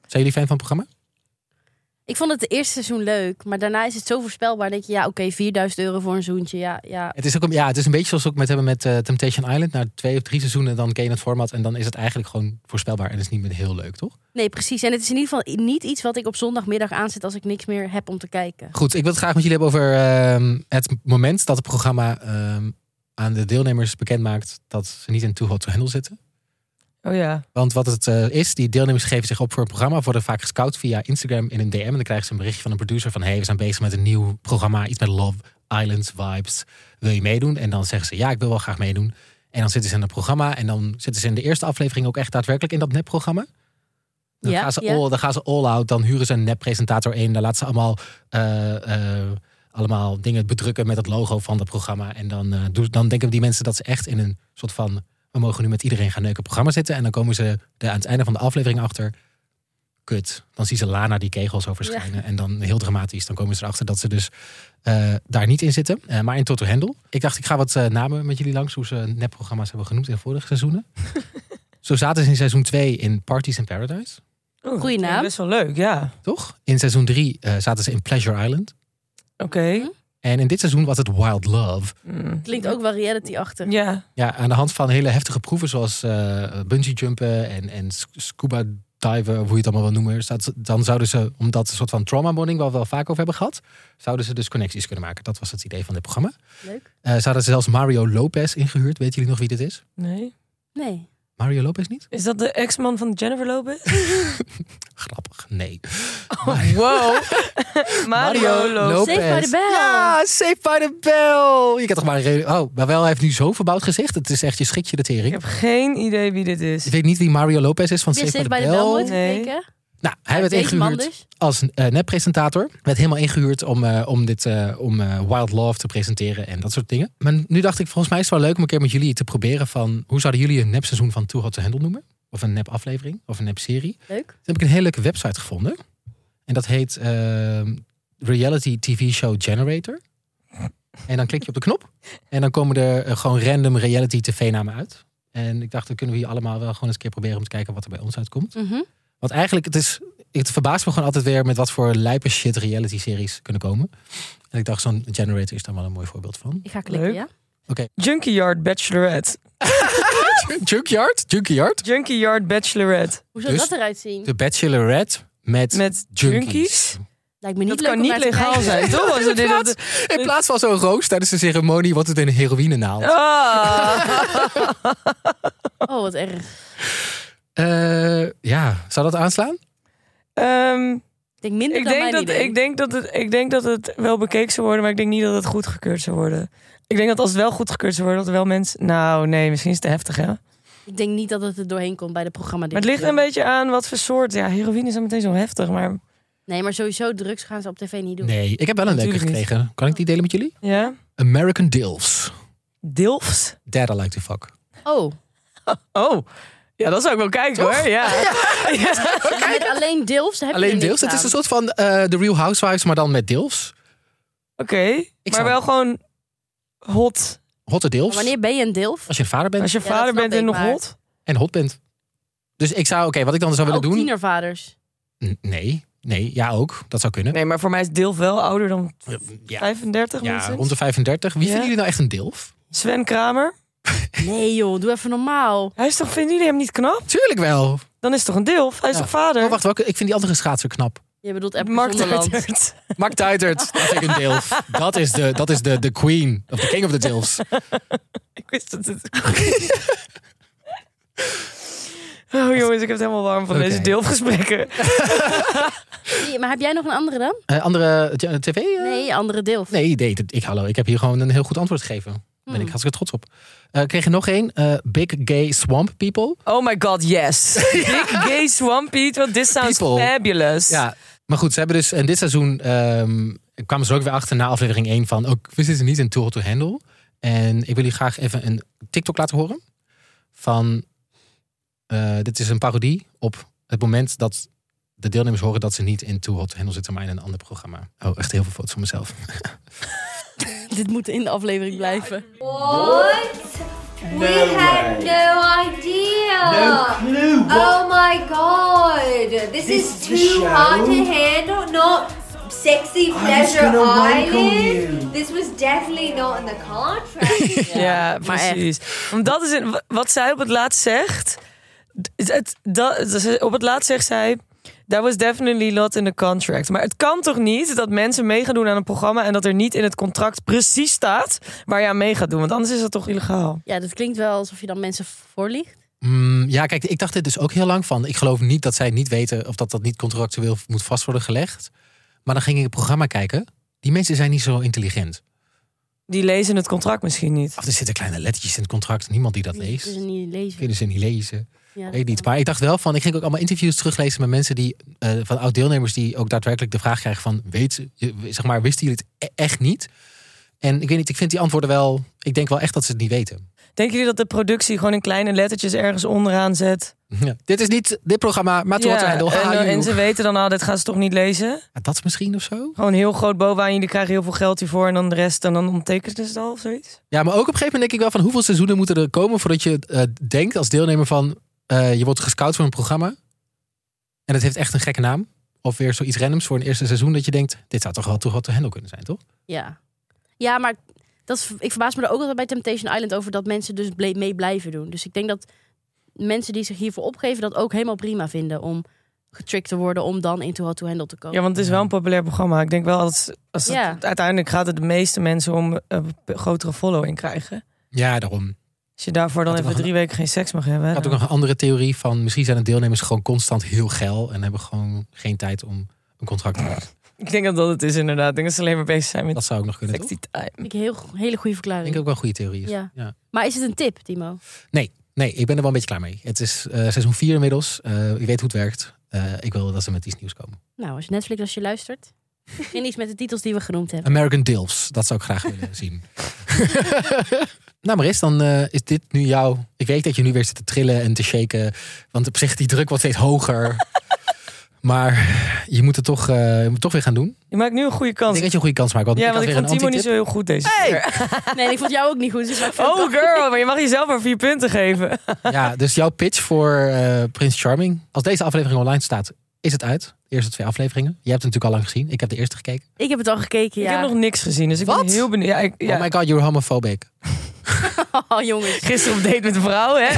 B: Zijn jullie fan van het programma?
A: Ik vond het het eerste seizoen leuk, maar daarna is het zo voorspelbaar. dat je, ja, oké, 4000 euro voor een zoentje. Ja, ja.
B: Het is, ook een, ja, het is een beetje zoals we ook met hebben met eh, Temptation Island. Na twee of drie seizoenen dan ken je het format en dan is het eigenlijk gewoon voorspelbaar. En het is niet meer heel leuk, toch?
A: Nee, precies. En het is in ieder geval niet iets wat ik op zondagmiddag aanzet als ik niks meer heb om te kijken.
B: Goed, ik wil het graag met jullie hebben over ehm, het moment dat het programma ehm, aan de deelnemers bekend maakt dat ze niet in Too Hot to Handle zitten.
C: oh ja.
B: Want wat het eh, is, die deelnemers geven zich op voor een programma, worden vaak gescout via Instagram in een DM. En dan krijgen ze een berichtje van een producer van: hey, we zijn bezig met een nieuw programma, iets met Love Island vibes. Wil je meedoen? En dan zeggen ze: ja, ik wil wel graag meedoen. En dan zitten ze in het programma en dan zitten ze in de eerste aflevering ook echt daadwerkelijk in dat nepprogramma. Dan,
A: Ja,
B: gaan ze
A: ja.
B: all, dan gaan ze all out, dan huren ze een neppresentator in, dan laten ze allemaal, eh, eh, allemaal dingen bedrukken met het logo van dat programma. En dan, eh, doen- dan denken die mensen dat ze echt in een soort van we mogen nu met iedereen gaan neuken programma zitten. En dan komen ze er aan het einde van de aflevering achter. Kut. Dan zien ze Lana die kegels over verschijnen. En dan heel dramatisch. Dan komen ze erachter dat ze dus eh, daar niet in zitten. Eh, maar in Toto Hendel. Ik dacht, ik ga wat eh, namen met jullie langs. Hoe ze nepprogramma's hebben genoemd in vorige
A: [laughs]
B: seizoenen. Zo zaten ze in seizoen 2 in Parties in Paradise.
C: Oh, dat
A: Goeie
C: klinkt
A: naam.
C: Best wel leuk, ja.
B: Toch? In seizoen 3 zaten ze in Pleasure Island.
C: Oké.
B: En in dit seizoen was het Wild Love.
C: Mm.
A: Mhm. Klinkt ook wel reality achter.
C: Ja.
B: Ja, aan de hand van hele heftige proeven zoals eh bungee jumpen en, en sc- scuba diven, of hoe je het allemaal wil noemen, staat- dan zouden ze, omdat een soort van trauma bonding, waar we wel vaak over hebben gehad, zouden ze dus connecties kunnen maken. Dat was het idee van dit programma.
A: Leuk.
B: Eh, ze hadden zelfs Mario Lopez ingehuurd. Weten jullie nog wie dit is?
C: Nee.
A: Nee.
B: Mario Lopez niet?
C: Is dat de ex-man van Jennifer Lopez?
B: Grappig, nee.
C: Wow. [laughs] Mario Lopez.
A: Saved by the Bell.
B: Ja, Saved by the Bell. Je kan toch maar een reden... Oh, maar wel, hij heeft nu zo'n verbouwd gezicht. Het is echt, je schrik je de
C: Ik
B: tering.
C: heb geen idee wie dit is.
B: Ik weet niet wie Mario Lopez is van
A: Dit
B: Saved,
A: is
B: by the,
A: Bell
B: Bell.
A: nooit
C: Nee.
A: gekeken.
B: Nou, hij werd
A: Deze man
B: ingehuurd
A: dus.
B: als eh, neppresentator. Werd helemaal ingehuurd om, eh, om, dit, eh, om eh, Wild Love te presenteren en dat soort dingen. Maar nu dacht ik, volgens mij is het wel leuk om een keer met jullie te proberen van... hoe zouden jullie een nepseizoen van Too Hot to Handle noemen? Of een nep aflevering, of een nep serie. Toen
A: Leuk.
B: heb ik een hele leuke website gevonden. En dat heet eh, Reality TV Show Generator. En dan klik je op de knop. En dan komen er eh, gewoon random reality tv namen uit. En ik dacht, dan kunnen we hier allemaal wel gewoon eens een keer proberen... om te kijken wat er bij ons uitkomt.
A: Mhm.
B: Want eigenlijk, het is, het verbaast me gewoon altijd weer met wat voor lijpe shit reality series kunnen komen. En ik dacht, zo'n generator is daar wel een mooi voorbeeld van.
A: Ik ga klikken,
C: Leuk.
A: ja.
C: Junkyard Bachelorette.
B: [laughs] Junkyard? Junkyard?
C: Junkie Yard Bachelorette.
A: Hoe zou
B: Dus-
A: dat eruit zien?
B: De Bachelorette met,
C: Met
B: junkies.
C: junkies?
A: Lijkt me niet
C: Dat
A: leuk
C: kan
A: om
C: niet
A: naar te
C: legaal
A: kijken. [laughs]
C: zijn, toch? Als we dit- dat-
B: In plaats van zo'n roos tijdens de ceremonie wordt het een heroïnenaald.
C: Ah.
A: [laughs] Oh, wat erg.
B: Eh, ja, zou dat aanslaan?
C: Ehm,
A: Ik denk minder
C: ik,
A: dan
C: denk
A: mijn
C: dat,
A: idee.
C: ik, denk dat het, ik denk dat het wel bekeken zou worden, maar ik denk niet dat het goedgekeurd zou worden. Ik denk dat als het wel goedgekeurd zou worden, dat er wel mensen... Nou, nee, misschien is het te heftig, hè?
A: Ik denk niet dat het er doorheen komt bij de programma.
C: Maar het ligt een beetje aan wat voor soort. Ja, heroïne is dan meteen zo heftig, maar
A: Nee, maar sowieso drugs gaan ze op tv niet doen.
B: Nee, ik heb wel een leuke
C: Natuurlijk niet.
B: gekregen. Kan ik die delen met jullie?
C: ja.
B: American Dilfs.
C: Dilfs.
B: Dada like to fuck.
A: Oh,
C: Oh, ja, dat zou ik wel kijken hoor. [laughs] Ja.
A: dus met alleen dilfs daar heb je
B: Alleen
A: er niks
B: Dilfs. Het is
A: aan.
B: een soort van eh The Real Housewives, maar dan met Dilfs.
C: Oké, maar
B: zou-
C: wel gewoon hot.
B: Hotte Dilfs.
A: Maar wanneer ben je een dilf?
B: Als je een vader bent
C: Als je
A: Ja,
C: vader
A: dat snap
C: bent en
A: ik,
C: nog
A: maar-
C: hot.
B: en hot bent. Dus ik zou, oké, wat ik dan zou
A: Ook
B: willen
A: Oh,
B: doen.
A: tienervaders.
B: N- Nee, nee, ja ook. Dat zou kunnen.
C: Nee, maar voor mij is Dilf wel ouder dan
B: Ja,
C: 35
B: ja,
C: minstens.
B: rond de 35. Wie
C: Ja.
B: vinden jullie nou echt een Dilf?
C: Sven Kramer.
A: Nee joh, doe even normaal.
C: Hij is toch, vinden jullie hem niet knap?
B: Tuurlijk wel.
C: Dan is het toch een Dilf? Hij is
B: Ja.
C: toch vader?
B: Oh, wacht, welke, ik vind die andere schaatser knap.
A: Je bedoelt Epke
C: Mark
A: Zonderland.
C: Duitert.
B: Mark Tuitert, [laughs] dat vind ik een Dilf. Dat is, de, dat is de, de queen, of de king of the Dilfs.
C: [laughs] Ik wist dat
B: [laughs]
C: het... Oh jongens, ik heb het helemaal warm van
B: Oké.
C: deze Dilf-gesprekken.
A: Nee, Maar heb jij nog een andere dan?
B: Eh, andere eh, tv? eh?
A: Nee, andere dilf.
B: Nee, nee dat- ik, hallo, ik heb hier gewoon een heel goed antwoord gegeven. Daar ben ik hartstikke trots op. Eh, kreeg je nog één? Eh, Big Gay Swamp People.
C: Oh my god, yes. [laughs] Big gay swampy. Well, this sounds
B: People.
C: fabulous.
B: Ja, maar goed, ze hebben dus in dit seizoen ehm, kwamen ze er ook weer achter na aflevering 1 van ook we zitten niet in Tool to Handle. En ik wil jullie graag even een TikTok laten horen van eh, dit is een parodie op het moment dat de deelnemers horen dat ze niet in Tool to Handle zitten, maar in een ander programma. Oh, echt heel veel foto's van mezelf.
A: [laughs] Dit moet in de aflevering blijven.
D: What? we had no idea. No clue. Oh my god. This, is
E: the
D: too
E: show?
D: hard to handle. Not sexy pleasure
E: gonna wank on
D: island. This was definitely not in the
C: [laughs]
D: contract.
C: Ja,
A: maar echt.
C: precies. Want dat is het- wat zij op het laatst zegt. Het, het- dat, ze- op het laatst zegt zij. That was definitely not in the contract. Maar het kan toch niet dat mensen mee gaan doen aan een programma. en dat er niet in het contract precies staat. waar je aan mee gaat doen. Want anders is dat toch illegaal.
A: Ja, dat klinkt wel alsof je dan mensen voorliegt.
B: Mm, ja, kijk, ik dacht dit dus ook heel lang van. Ik geloof niet dat zij niet weten of dat dat niet contractueel moet vast worden gelegd. Maar dan ging ik het programma kijken. Die mensen zijn niet zo intelligent.
C: Die lezen het contract misschien niet.
B: Of er zitten kleine lettertjes in het contract. Niemand die dat leest.
A: Dus niet lezen.
B: Kunnen ze niet lezen.
A: Ja.
B: Weet niet. Maar ik dacht wel van. Ik ging ook allemaal interviews teruglezen met mensen die. eh, van oud deelnemers die ook daadwerkelijk de vraag krijgen van. Weet, ze- je- zeg maar, wisten jullie het e- echt niet? En ik weet niet. Ik vind die antwoorden wel. Ik denk wel echt dat ze het niet weten. [laughs]
C: Denken jullie dat de productie gewoon in kleine lettertjes ergens onderaan zet?
B: Ja. Dit is niet dit programma.
A: Ah,
B: Maar
C: Ja,
B: ja,
C: en, eh, en ze weten dan al, dit gaan ze toch niet lezen?
B: Ah, Dat misschien of zo.
C: Gewoon heel groot bovenaan. Jullie krijgen heel veel geld hiervoor. En dan de rest. En dan ondertekenen ze het al of zoiets.
B: Ja, maar ook op een gegeven moment denk ik wel van hoeveel seizoenen moeten er komen voordat je eh, denkt als deelnemer van eh, je wordt gescout voor een programma. En het heeft echt een gekke naam. Of weer zoiets randoms voor een eerste seizoen dat je denkt, dit zou toch wel toch wat te handel kunnen zijn, toch?
A: Ja. Ja, maar dat, is- ik verbaas me er ook altijd bij Temptation Island over dat mensen dus ble- mee blijven doen. Dus ik denk dat mensen die zich hiervoor opgeven dat ook helemaal prima vinden om getrickt te worden om dan in Too Hot To Handle te komen.
C: Ja, want het is wel een populair programma. Ik denk wel dat als het,
A: Ja.
C: uiteindelijk gaat het de meeste mensen om een grotere following krijgen.
B: Ja, daarom.
C: Als je daarvoor dan
B: Had ook
C: even
B: nog
C: drie weken geen seks mag hebben.
B: Ik had ook
C: dan-
B: nog een andere theorie van misschien zijn de deelnemers gewoon constant heel geil en hebben gewoon geen tijd om een contract te maken.
C: Ik denk dat dat het is inderdaad. Ik denk dat ze alleen maar bezig zijn met
B: Dat zou ook nog kunnen. Toch?
C: sexy time.
A: Ik heel, hele goede
B: Ik
A: verklaring.
B: denk ook wel een goede theorie. Is.
A: Ja.
B: Ja.
A: Maar is het een tip, Timo?
B: Nee, ik ben er wel een beetje klaar mee. Het is eh, seizoen 4 inmiddels. Eh, ik weet hoe het werkt. Eh, ik wil dat ze met iets nieuws komen.
A: Nou, als Netflix als je luistert. Begin iets met de titels die we genoemd
B: [laughs]
A: hebben.
B: American Dilfs, dat zou ik graag
C: [laughs]
B: willen zien. [laughs] nou, maar is dan eh, is dit nu jouw. Ik weet dat je nu weer zit te trillen en te shaken. Want op zich, die druk wordt steeds
C: [laughs]
B: hoger. maar je moet het toch, eh, je moet het toch weer gaan doen. Ik
C: Je maakt nu een goede kans.
B: denk dat je een goede kans maakt. Want
C: ja,
B: ik had
C: want ik
B: weer
C: vond Timo
B: een
C: niet
B: antitip.
C: zo heel goed deze keer.
A: Nee, ik vond jou ook niet goed. Dus ik maak
C: Oh girl, maar je mag jezelf maar vier punten geven. [laughs]
B: Ja, dus jouw pitch voor eh Prins Charming. Als deze aflevering online staat, is het uit. De eerste twee afleveringen. Je hebt het natuurlijk al lang gezien. Ik heb de eerste gekeken.
A: Ik heb het al gekeken,
C: Ik
A: ja.
C: heb nog niks gezien, dus ik ben
B: Wat?
C: heel benieuwd. Ja, ik, ja. [laughs]
B: Oh my god, you're homophobic.
A: [laughs] Oh, jongens.
C: Gisteren op date met een vrouw, hè?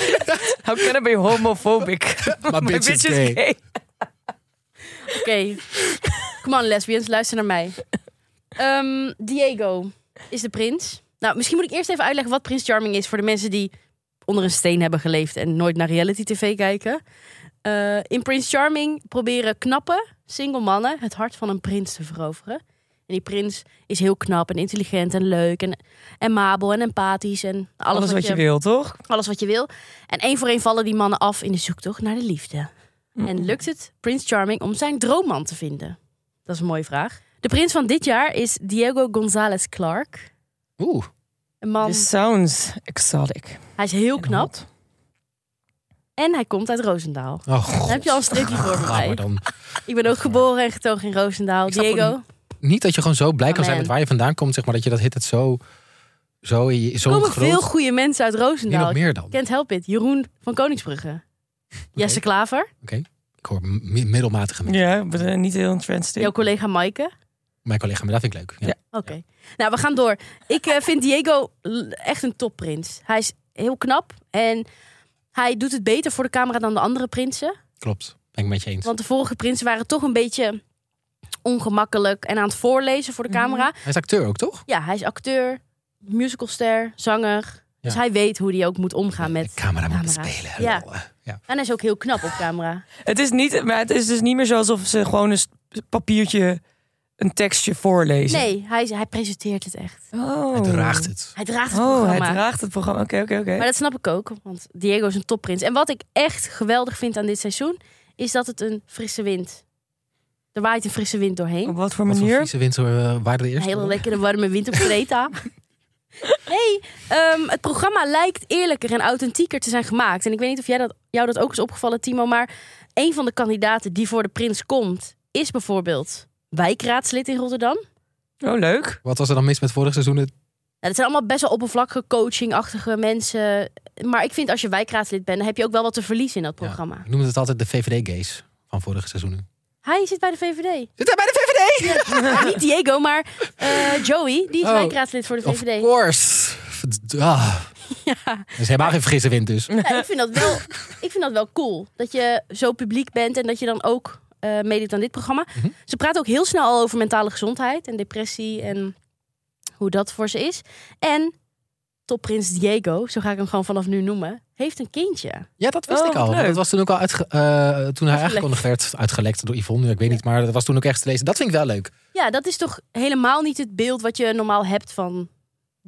C: [laughs] How can I be homophobic? [laughs]
B: My bitch is gay.
A: Oké. Come on, lesbians, luister naar mij. Ehm, Diego is de prins. Nou, misschien moet ik eerst even uitleggen wat Prins Charming is voor de mensen die onder een steen hebben geleefd en nooit naar reality tv kijken. Eh, in Prins Charming proberen knappe, single mannen het hart van een prins te veroveren. En die prins is heel knap en intelligent en leuk en amabel en empathisch en alles,
C: Alles wat je wil, toch?
A: alles wat je wil. En één voor één vallen die mannen af in de zoektocht naar de liefde.
B: Mm.
A: En lukt het Prins Charming om zijn droomman te vinden? Dat is een mooie vraag. De prins van dit jaar is Diego González Clark.
B: Oeh,
A: Een man,
C: This sounds exotic.
A: hij is heel
C: En
A: knap
C: hot.
A: en hij komt uit Roosendaal.
B: oh god.
A: Dan heb je al een streepje voor me
B: Laat maar
A: bij.
B: dan.
A: Ik ben ook geboren en getogen in Roosendaal.
B: Ik snap ook
A: Diego,
B: Niet dat je gewoon zo blij kan zijn
A: Amen.
B: met waar je vandaan komt, zeg maar. Dat je dat hit het zo, zo, in je-
A: er
B: zo
A: komen veel
B: groot.
A: goede mensen uit
B: Nee, nog
A: Roosendaal.
B: meer dan.
A: Kent Help It, Jeroen van Koningsbrugge. Jesse Klaver,
B: Ik hoor mi- middelmatige mensen.
C: Ja, maar, eh, niet heel intrinsic.
A: jouw collega Maaike.
B: Mijn collega, maar dat vind ik leuk. Ja.
C: Ja.
A: Oké. Nou, we gaan door. Ik eh, vind Diego l- echt een topprins. Hij is heel knap en hij doet het beter voor de camera dan de andere prinsen.
B: Klopt, ben ik met je eens.
A: Want de vorige prinsen waren toch een beetje ongemakkelijk en aan het voorlezen voor de camera.
B: Hij is acteur ook, toch?
A: Ja, hij is acteur, musicalster, zanger. Dus
B: Ja.
A: hij weet hoe hij ook moet omgaan met...
B: de camera moet
A: camera.
B: spelen.
A: Ja.
B: Lol, hè. ja.
A: En hij is ook heel knap op camera.
C: Het is niet, maar het is dus niet meer zo alsof ze gewoon een s- papiertje, een tekstje voorlezen.
A: Nee, hij, is- hij presenteert het echt.
C: Oh.
B: Hij draagt het.
A: Hij draagt het
C: Oh, hij
A: programma.
C: draagt het programma. Oké, oké, oké.
A: Maar dat snap ik ook, want Diego is een topprins. En wat ik echt geweldig vind aan dit seizoen, is dat het een frisse wind. Er waait een frisse wind doorheen.
C: Op wat voor
B: Wat voor
C: manier?
B: vieze winter eh, waren de
A: Een
B: eerste?
A: hele lekkere warme wind op Creta. hey, ehm, het programma lijkt eerlijker en authentieker te zijn gemaakt. En ik weet niet of jij dat, jou dat ook is opgevallen, Timo. Maar een van de kandidaten die voor de prins komt, is bijvoorbeeld wijkraadslid in Rotterdam.
C: Oh, leuk.
B: Wat was er dan mis met vorig seizoen? Het-
A: Nou, dat zijn allemaal best wel oppervlakkige coachingachtige mensen. Maar ik vind als je wijkraadslid bent, dan heb je ook wel wat te verliezen in dat
B: Ja.
A: programma.
B: Ik noemde het altijd de VVD-gays van vorige seizoenen.
A: Hij zit bij de VVD.
B: Zit hij bij de VVD?
A: Ja, niet Diego, maar eh, Joey. Die is
B: Oh.
A: wijkraadslid voor de
B: Of
A: VVD.
B: course. Verd-
A: [laughs]
B: Ah. Er is helemaal geen frisse wind dus.
A: Ja, Nou, ik, vind dat wel, ik vind dat wel cool. Dat je zo publiek bent en dat je dan ook eh, meedoet aan dit programma.
B: Mhm.
A: Ze praat ook heel snel al over mentale gezondheid en depressie en hoe dat voor ze is. En topprins Diego, zo ga ik hem gewoon vanaf nu noemen, heeft een kindje.
B: Ja, dat wist
C: Oh,
B: ik al.
C: wat leuk.
B: Dat was toen ook al uitge- eh, toen hij aangekondigd werd. Uitgelekt door Yvonne, ik weet niet. Maar dat was toen ook echt te lezen. Dat vind ik wel leuk.
A: Ja, dat is toch helemaal niet het beeld wat je normaal hebt van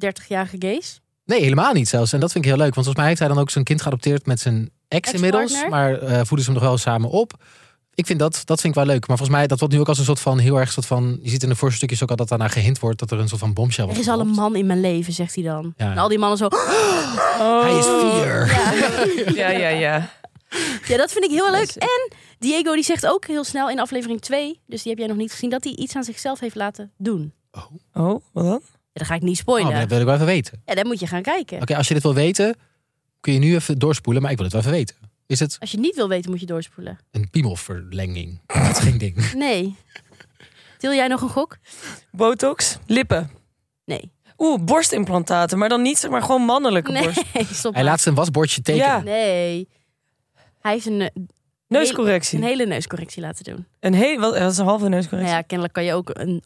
A: 30-jarige gays?
B: Nee, helemaal niet zelfs. En dat vind ik heel leuk. Want volgens mij heeft hij dan ook zijn kind geadopteerd met zijn ex inmiddels. Maar
A: Ex-partner.
B: eh, voeden ze hem nog wel samen op. Ik vind dat, dat vind ik wel leuk. Maar volgens mij, dat wordt nu ook als een soort van heel erg soort van. Je ziet in de voorste stukjes ook al dat daarna gehind wordt dat er een soort van bomshell
A: Er
B: wordt
A: is al een
B: gedropt.
A: man in mijn leven, zegt hij dan.
B: Ja.
A: En al die mannen zo...
C: Oh.
B: Hij is vier. Oh,
C: Ja, ja, ja.
A: Ja, dat vind ik heel leuk.
C: Yes.
A: En Diego die zegt ook heel snel in aflevering 2, dus die heb jij nog niet gezien, dat hij iets aan zichzelf heeft laten doen.
C: Oh, wat dan?
A: Ja, dat ga ik niet
B: Oh,
A: spoilen.
B: maar dat wil ik wel even weten. Oké,
A: Ja, dat moet je gaan kijken.
B: als je dit wil weten, kun je nu even doorspoelen. Maar ik wil het wel even weten. Is het
A: Als je het niet wil weten, moet je doorspoelen.
B: een piemelverlenging? Dat is geen ding. [laughs]
A: Nee. Til jij nog een gok?
C: Botox, lippen.
A: Nee.
C: Oeh, borstimplantaten, maar dan niet zeg maar gewoon mannelijke
A: Nee, [laughs]
C: borst.
A: stop. maar.
B: Hij laat zijn wasbordje tekenen.
C: Ja.
A: Nee. Hij heeft een, eh,
C: Neuscorrectie.
A: een hele neuscorrectie laten doen.
C: Een heel, wat, dat is een halve
A: Nou
C: neuscorrectie.
A: ja, kennelijk kan je ook een,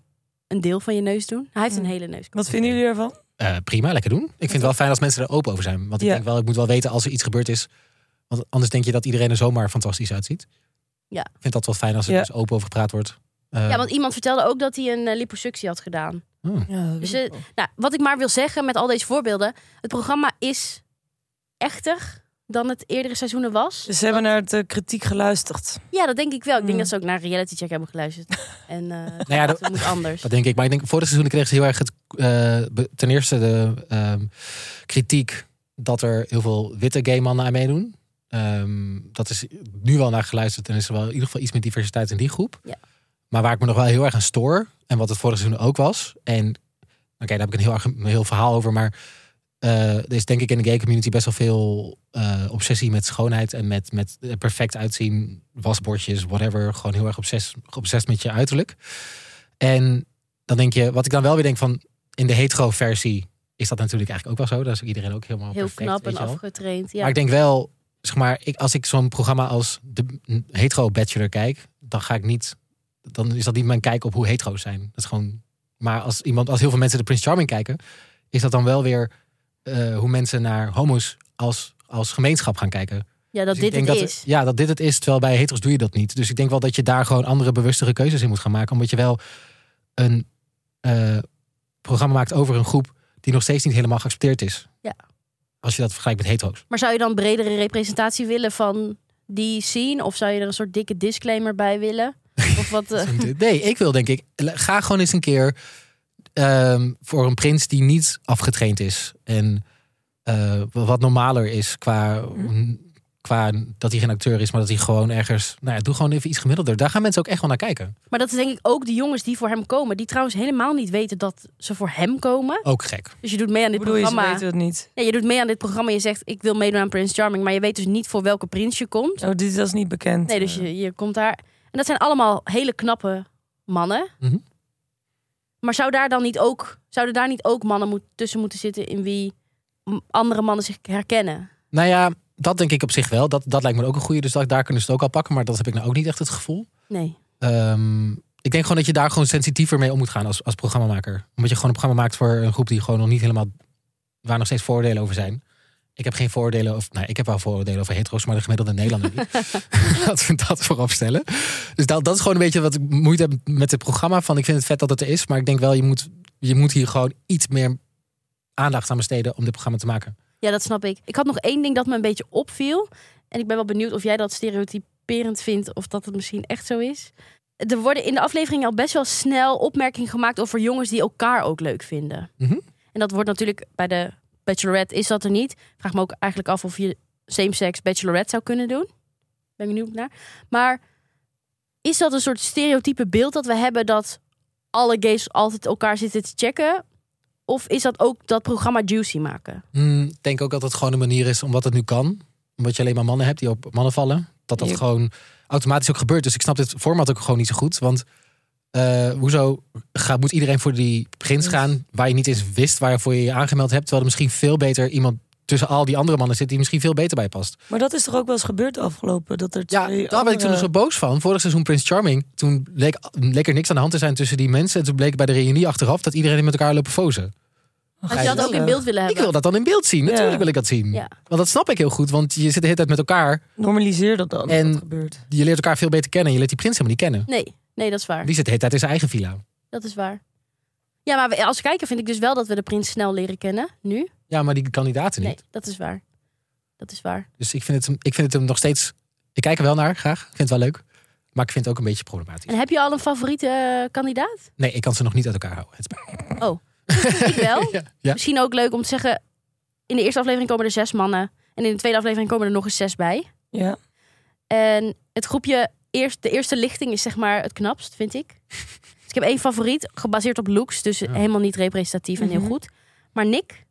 A: een deel van je neus doen. Hij heeft een hele neuscorrectie.
C: Wat vinden jullie ervan?
B: Eh, prima, lekker doen. Ik vind het wel fijn als mensen er open over zijn. Want ik
C: Ja.
B: denk wel, ik moet wel weten als er iets gebeurd is. Want anders denk je dat iedereen er zomaar fantastisch uitziet.
A: Ja.
B: Ik vind dat wel fijn als er
C: Ja.
B: dus open over gepraat wordt. Eh,
A: Ja, want iemand vertelde ook dat hij een eh, liposuctie had gedaan.
C: Ja,
A: Dus,
B: Oh.
A: eh, nou, wat ik maar wil zeggen met al deze voorbeelden. Het programma is echter dan het eerdere seizoenen was.
B: Dus-
C: ze hebben naar de kritiek geluisterd.
A: Ja, dat denk ik wel. Ik denk
C: Mm.
A: dat ze ook naar Reality Check hebben geluisterd. [laughs] En eh
B: Hmm. Nou ja,
A: dat
B: dat-
A: het moet anders.
B: [laughs] Dat denk ik. Maar ik denk, vorig seizoen kreeg ze heel erg het, eh, be- ten eerste de ehm, kritiek dat er heel veel witte gay mannen aan meedoen. Ehm, dat is nu wel naar geluisterd en is er wel in ieder geval iets meer diversiteit in die groep.
A: Ja.
B: Maar waar ik me nog wel heel erg aan stoor en wat het vorig seizoen ook was. En oké, daar heb ik een heel, erg- een heel verhaal over, maar eh, er is denk ik in de gay community best wel veel eh, obsessie met schoonheid en met, met perfect uitzien, wasbordjes, whatever. Gewoon heel erg obsess, obsess met je uiterlijk. En dan denk je, wat ik dan wel weer denk van in de hetero versie is dat natuurlijk eigenlijk ook wel zo. Daar is ook iedereen ook helemaal
A: Heel
B: perfect,
A: knap
B: weet
A: en
B: je wel.
A: afgetraind. Ja.
B: Maar ik denk wel, zeg maar, ik, als ik zo'n programma als de n- hetero bachelor kijk, dan ga ik niet, dan is dat niet mijn kijk op hoe hetero's zijn. Dat is gewoon. Maar als iemand, als heel veel mensen de Prince Charming kijken, is dat dan wel weer eh, hoe mensen naar homo's als als gemeenschap gaan kijken.
A: ja, dat
B: Dus ik
A: dit het
B: denk
A: is.
B: Ja, dat dit het is. Terwijl bij hetero's doe je dat niet. Dus ik denk wel dat je daar gewoon andere bewustere keuzes in moet gaan maken. Omdat je wel een eh, programma maakt over een groep die nog steeds niet helemaal geaccepteerd is.
A: Ja.
B: Als je dat vergelijkt met hetero's.
A: Maar zou je dan bredere representatie willen van die scene? Of zou je er een soort dikke disclaimer bij
B: [laughs]
A: willen? Of wat? eh,
B: Nee, ik wil denk ik. Ga gewoon eens een keer ehm, voor een prins die niet afgetraind is. En eh, wa- wat normaler is qua, qua dat hij geen acteur is, maar dat hij gewoon ergens. Nou ja, doe gewoon even iets gemiddelder. Daar gaan mensen ook echt wel naar kijken.
A: maar dat is denk ik ook de jongens die voor hem komen. Die trouwens helemaal niet weten dat ze voor hem komen.
B: Ook gek.
A: Dus je doet mee aan dit
C: bedoel je, ze
A: programma.
C: weten het niet.
A: Nee, je doet mee aan dit programma. Je zegt ik wil meedoen aan Prince Charming. Maar je weet dus niet voor welke prins je komt.
C: Oh, dit dat is niet bekend.
A: Nee, dus je, je komt daar. En dat zijn allemaal hele knappe mannen.
B: Mhm.
A: Maar zou daar dan niet ook, zouden daar niet ook mannen moet, tussen moeten zitten in wie m- andere mannen zich herkennen?
B: Nou ja, dat denk ik op zich wel. Dat, dat lijkt me ook een goede. Dus dat, daar kunnen ze het ook al pakken. Maar dat heb ik nou ook niet echt het gevoel.
A: Nee.
B: Ehm, ik denk gewoon dat je daar gewoon sensitiever mee om moet gaan als, als programmamaker. Omdat je gewoon een programma maakt voor een groep die gewoon nog niet helemaal. waar nog steeds voordelen over zijn. Ik heb geen voordelen over. Nou, ik heb wel voordelen over hetero's, maar de gemiddelde Nederlander niet. [laughs] Laten we dat voorop stellen. Dus dat, dat is gewoon een beetje wat ik moeite heb met het programma. Van ik vind het vet dat het er is, maar ik denk wel, je moet, je moet hier gewoon iets meer aandacht aan besteden om dit programma te maken.
A: Ja, dat snap ik. Ik had nog één ding dat me een beetje opviel. En ik ben wel benieuwd of jij dat stereotyperend vindt of dat het misschien echt zo is. Er worden in de aflevering al best wel snel opmerkingen gemaakt over jongens die elkaar ook leuk vinden.
B: Mhm.
A: En dat wordt natuurlijk bij de Bachelorette is dat er niet. Ik Vraag me ook eigenlijk af of je same-sex Bachelorette zou kunnen doen. Ben ik benieuwd naar. Maar is dat een soort stereotype beeld dat we hebben dat alle gays altijd elkaar zitten te checken? Of is dat ook dat programma juicy maken?
B: Hmm, Ik denk ook dat het gewoon een manier is, omdat het nu kan. Omdat je alleen maar mannen hebt die op mannen vallen. Dat dat
C: Yep.
B: gewoon automatisch ook gebeurt. Dus ik snap dit format ook gewoon niet zo goed. Want eh, hoezo gaat, moet iedereen voor die prins gaan... waar je niet eens wist waarvoor je je aangemeld hebt... terwijl er misschien veel beter iemand tussen al die andere mannen zit... die misschien veel beter bij past.
C: Maar dat is toch ook wel eens gebeurd afgelopen? Dat er
B: Ja,
C: twee
B: daar ben ik toen dus
C: andere-
B: zo boos van. Vorig seizoen Prince Charming, toen leek, leek er niks aan de hand te zijn tussen die mensen. En toen bleek bij de reunie achteraf dat iedereen met elkaar lopen fozen.
A: Had je dat ook in beeld willen
B: eh, Ik
A: hebben?
B: wil dat dan in beeld zien.
C: Ja.
B: Natuurlijk wil ik dat zien.
A: Ja.
B: Want dat snap ik heel goed, want je zit de hele tijd met elkaar...
C: Normaliseer dat dan.
B: En-
C: En... Wat gebeurt.
B: je leert elkaar veel beter kennen. Je leert die prins helemaal niet kennen.
A: Nee, nee, dat is waar.
B: Die zit de hele tijd in zijn eigen villa.
A: Dat is waar. Ja, maar we- als kijker vind ik dus wel dat we de prins snel leren kennen. Nu?
B: Ja, maar die kandidaten niet.
A: Nee, dat is waar. Dat is waar.
B: Dus ik vind, het, hem- ik vind het hem nog steeds... Ik kijk er wel naar, graag. Ik vind het wel leuk. Maar ik vind het ook een beetje problematisch.
A: En heb je al een favoriete eh,
B: [laughs]
A: kandidaat?
B: Nee, ik kan ze nog niet uit elkaar houden. Het spijt
A: Ik wel.
B: me. Ja. Ja.
A: Misschien ook leuk om te zeggen... In de eerste aflevering komen er zes mannen. En in de tweede aflevering komen er nog eens zes bij.
C: Ja.
A: En het groepje... Eerst, de eerste lichting is zeg maar het knapst, vind
B: [laughs]
A: ik. Dus ik heb één favoriet, gebaseerd op looks. Dus helemaal niet representatief en heel
C: Mhm.
A: goed. Maar Nick,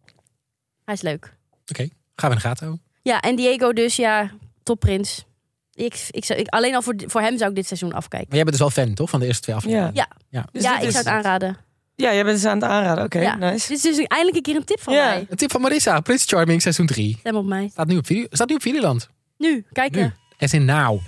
A: hij is leuk.
B: Gaan we in de gaten houden.
A: Ja, en Diego dus, ja, topprins. Ik, ik zou, ik, alleen al voor, voor hem zou ik dit seizoen afkijken.
B: Maar jij bent dus wel fan, toch? Van de eerste twee afleveringen.
A: Ja.
C: Dus
A: ja,
C: dit
A: ik
C: is-
A: zou het aanraden.
C: Ja, jij bent dus aan het aanraden. Oké,
A: ja.
C: nice.
A: Dit is dus eindelijk een keer een tip van
C: Ja.
A: mij.
B: Een tip van Marissa. Prins Charming, seizoen 3.
A: Stem op mij.
B: Staat nu op, video, staat nu op Videoland.
A: Nu, kijken.
B: Nu. As in now.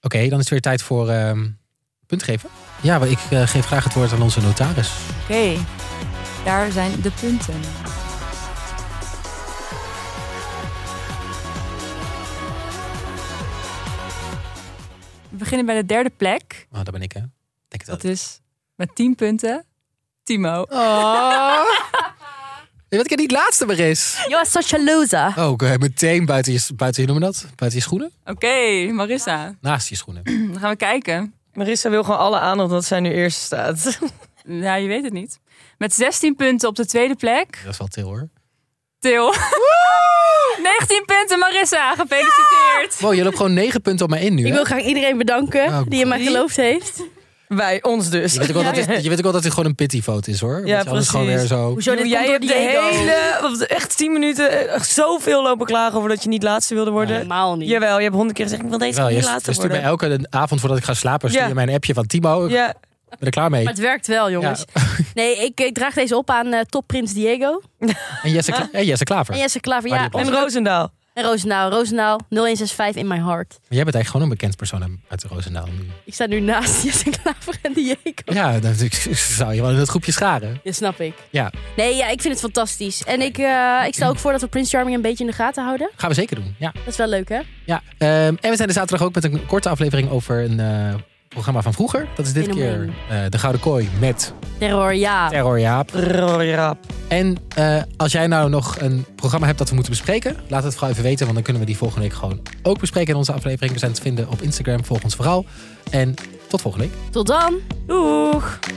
B: Oké, dan is het weer tijd voor ehm punt geven. Ja, maar ik eh, geef graag het woord aan onze notaris.
E: Oké, daar zijn de punten. We beginnen bij de derde plek.
B: Oh, dat ben ik, hè? Denk het
E: Dat is met 10 punten Timo.
B: Oh. Je weet ik niet laatste maar is.
A: You're such a loser.
B: Oh, oké, meteen buiten je, buiten je, noem dat? Buiten je schoenen?
E: Oké, Marissa,
B: Naast je schoenen.
E: dan gaan we kijken.
C: Marissa wil gewoon alle aandacht dat zij nu eerst staat. [laughs]
E: Ja, je weet het niet. Met 16 punten op de tweede plek.
B: Dat is wel til, [laughs] hoor.
E: Til. [laughs] 19 punten Marissa, gefeliciteerd.
B: Wow, je loopt gewoon negen punten op mij in nu,
A: Ik
B: hè?
A: wil graag iedereen bedanken
B: Oh,
A: die in mij
E: God.
A: geloofd heeft.
C: Wij, ons dus.
B: Je weet ook wel dat het, je weet ook wel dat het gewoon een pityfoto is hoor. Ja, dat is gewoon weer
C: precies.
B: zo.
A: Hoezo, dit
C: Jij
A: komt door
C: hebt de
A: Diego.
C: hele, wat- echt 10 minuten, echt zoveel lopen klagen over dat je niet laatste wilde worden.
A: Helemaal niet.
C: Jawel, je hebt honderd keer gezegd, ik wil deze
B: Wel,
C: keer
B: je
C: niet
B: st-
C: laatste
B: je stuurt mij
C: worden.
B: elke avond voordat ik ga slapen stuur
C: Ja.
B: je mij een appje van Timo. Ik
C: Ja,
B: ben er klaar mee.
A: Maar het werkt wel, jongens.
C: [laughs]
A: Nee, ik, ik draag deze op aan eh, Top Prins Diego.
B: En Jesse, Kla- en Jesse Klaver.
A: En Jesse Klaver,
B: Maar
A: ja.
B: die past.
C: en Roosendaal.
A: En Roosendaal. Roosendaal, 0165 in my heart.
B: Maar Jij bent eigenlijk gewoon een bekend persoon uit Roosendaal nu.
A: Ik sta nu naast [laughs] Jesse Klaver en Diego.
B: Ja, dan ik zou je wel in het groepje scharen.
A: Dat snap ik.
B: Ja,
A: Nee, ja, ik vind het fantastisch. En ik, eh, ik stel ook voor dat we Prince Charming een beetje in de gaten houden.
B: gaan we zeker doen. Ja.
A: Dat is wel leuk, hè?
B: Ja, ehm, en we zijn er zaterdag ook met een korte aflevering over een eh, programma van vroeger. Dat is dit keer
A: Fenomeen.
B: eh, De Gouden Kooi met
A: Terror, ja.
B: Terror Jaap.
C: Rap.
B: En eh, als jij nou nog een programma hebt dat we moeten bespreken, laat het vooral even weten, want dan kunnen we die volgende week gewoon ook bespreken in onze aflevering. We zijn te vinden op Instagram, volg ons vooral. En tot volgende week.
A: Tot dan.
C: Doeg.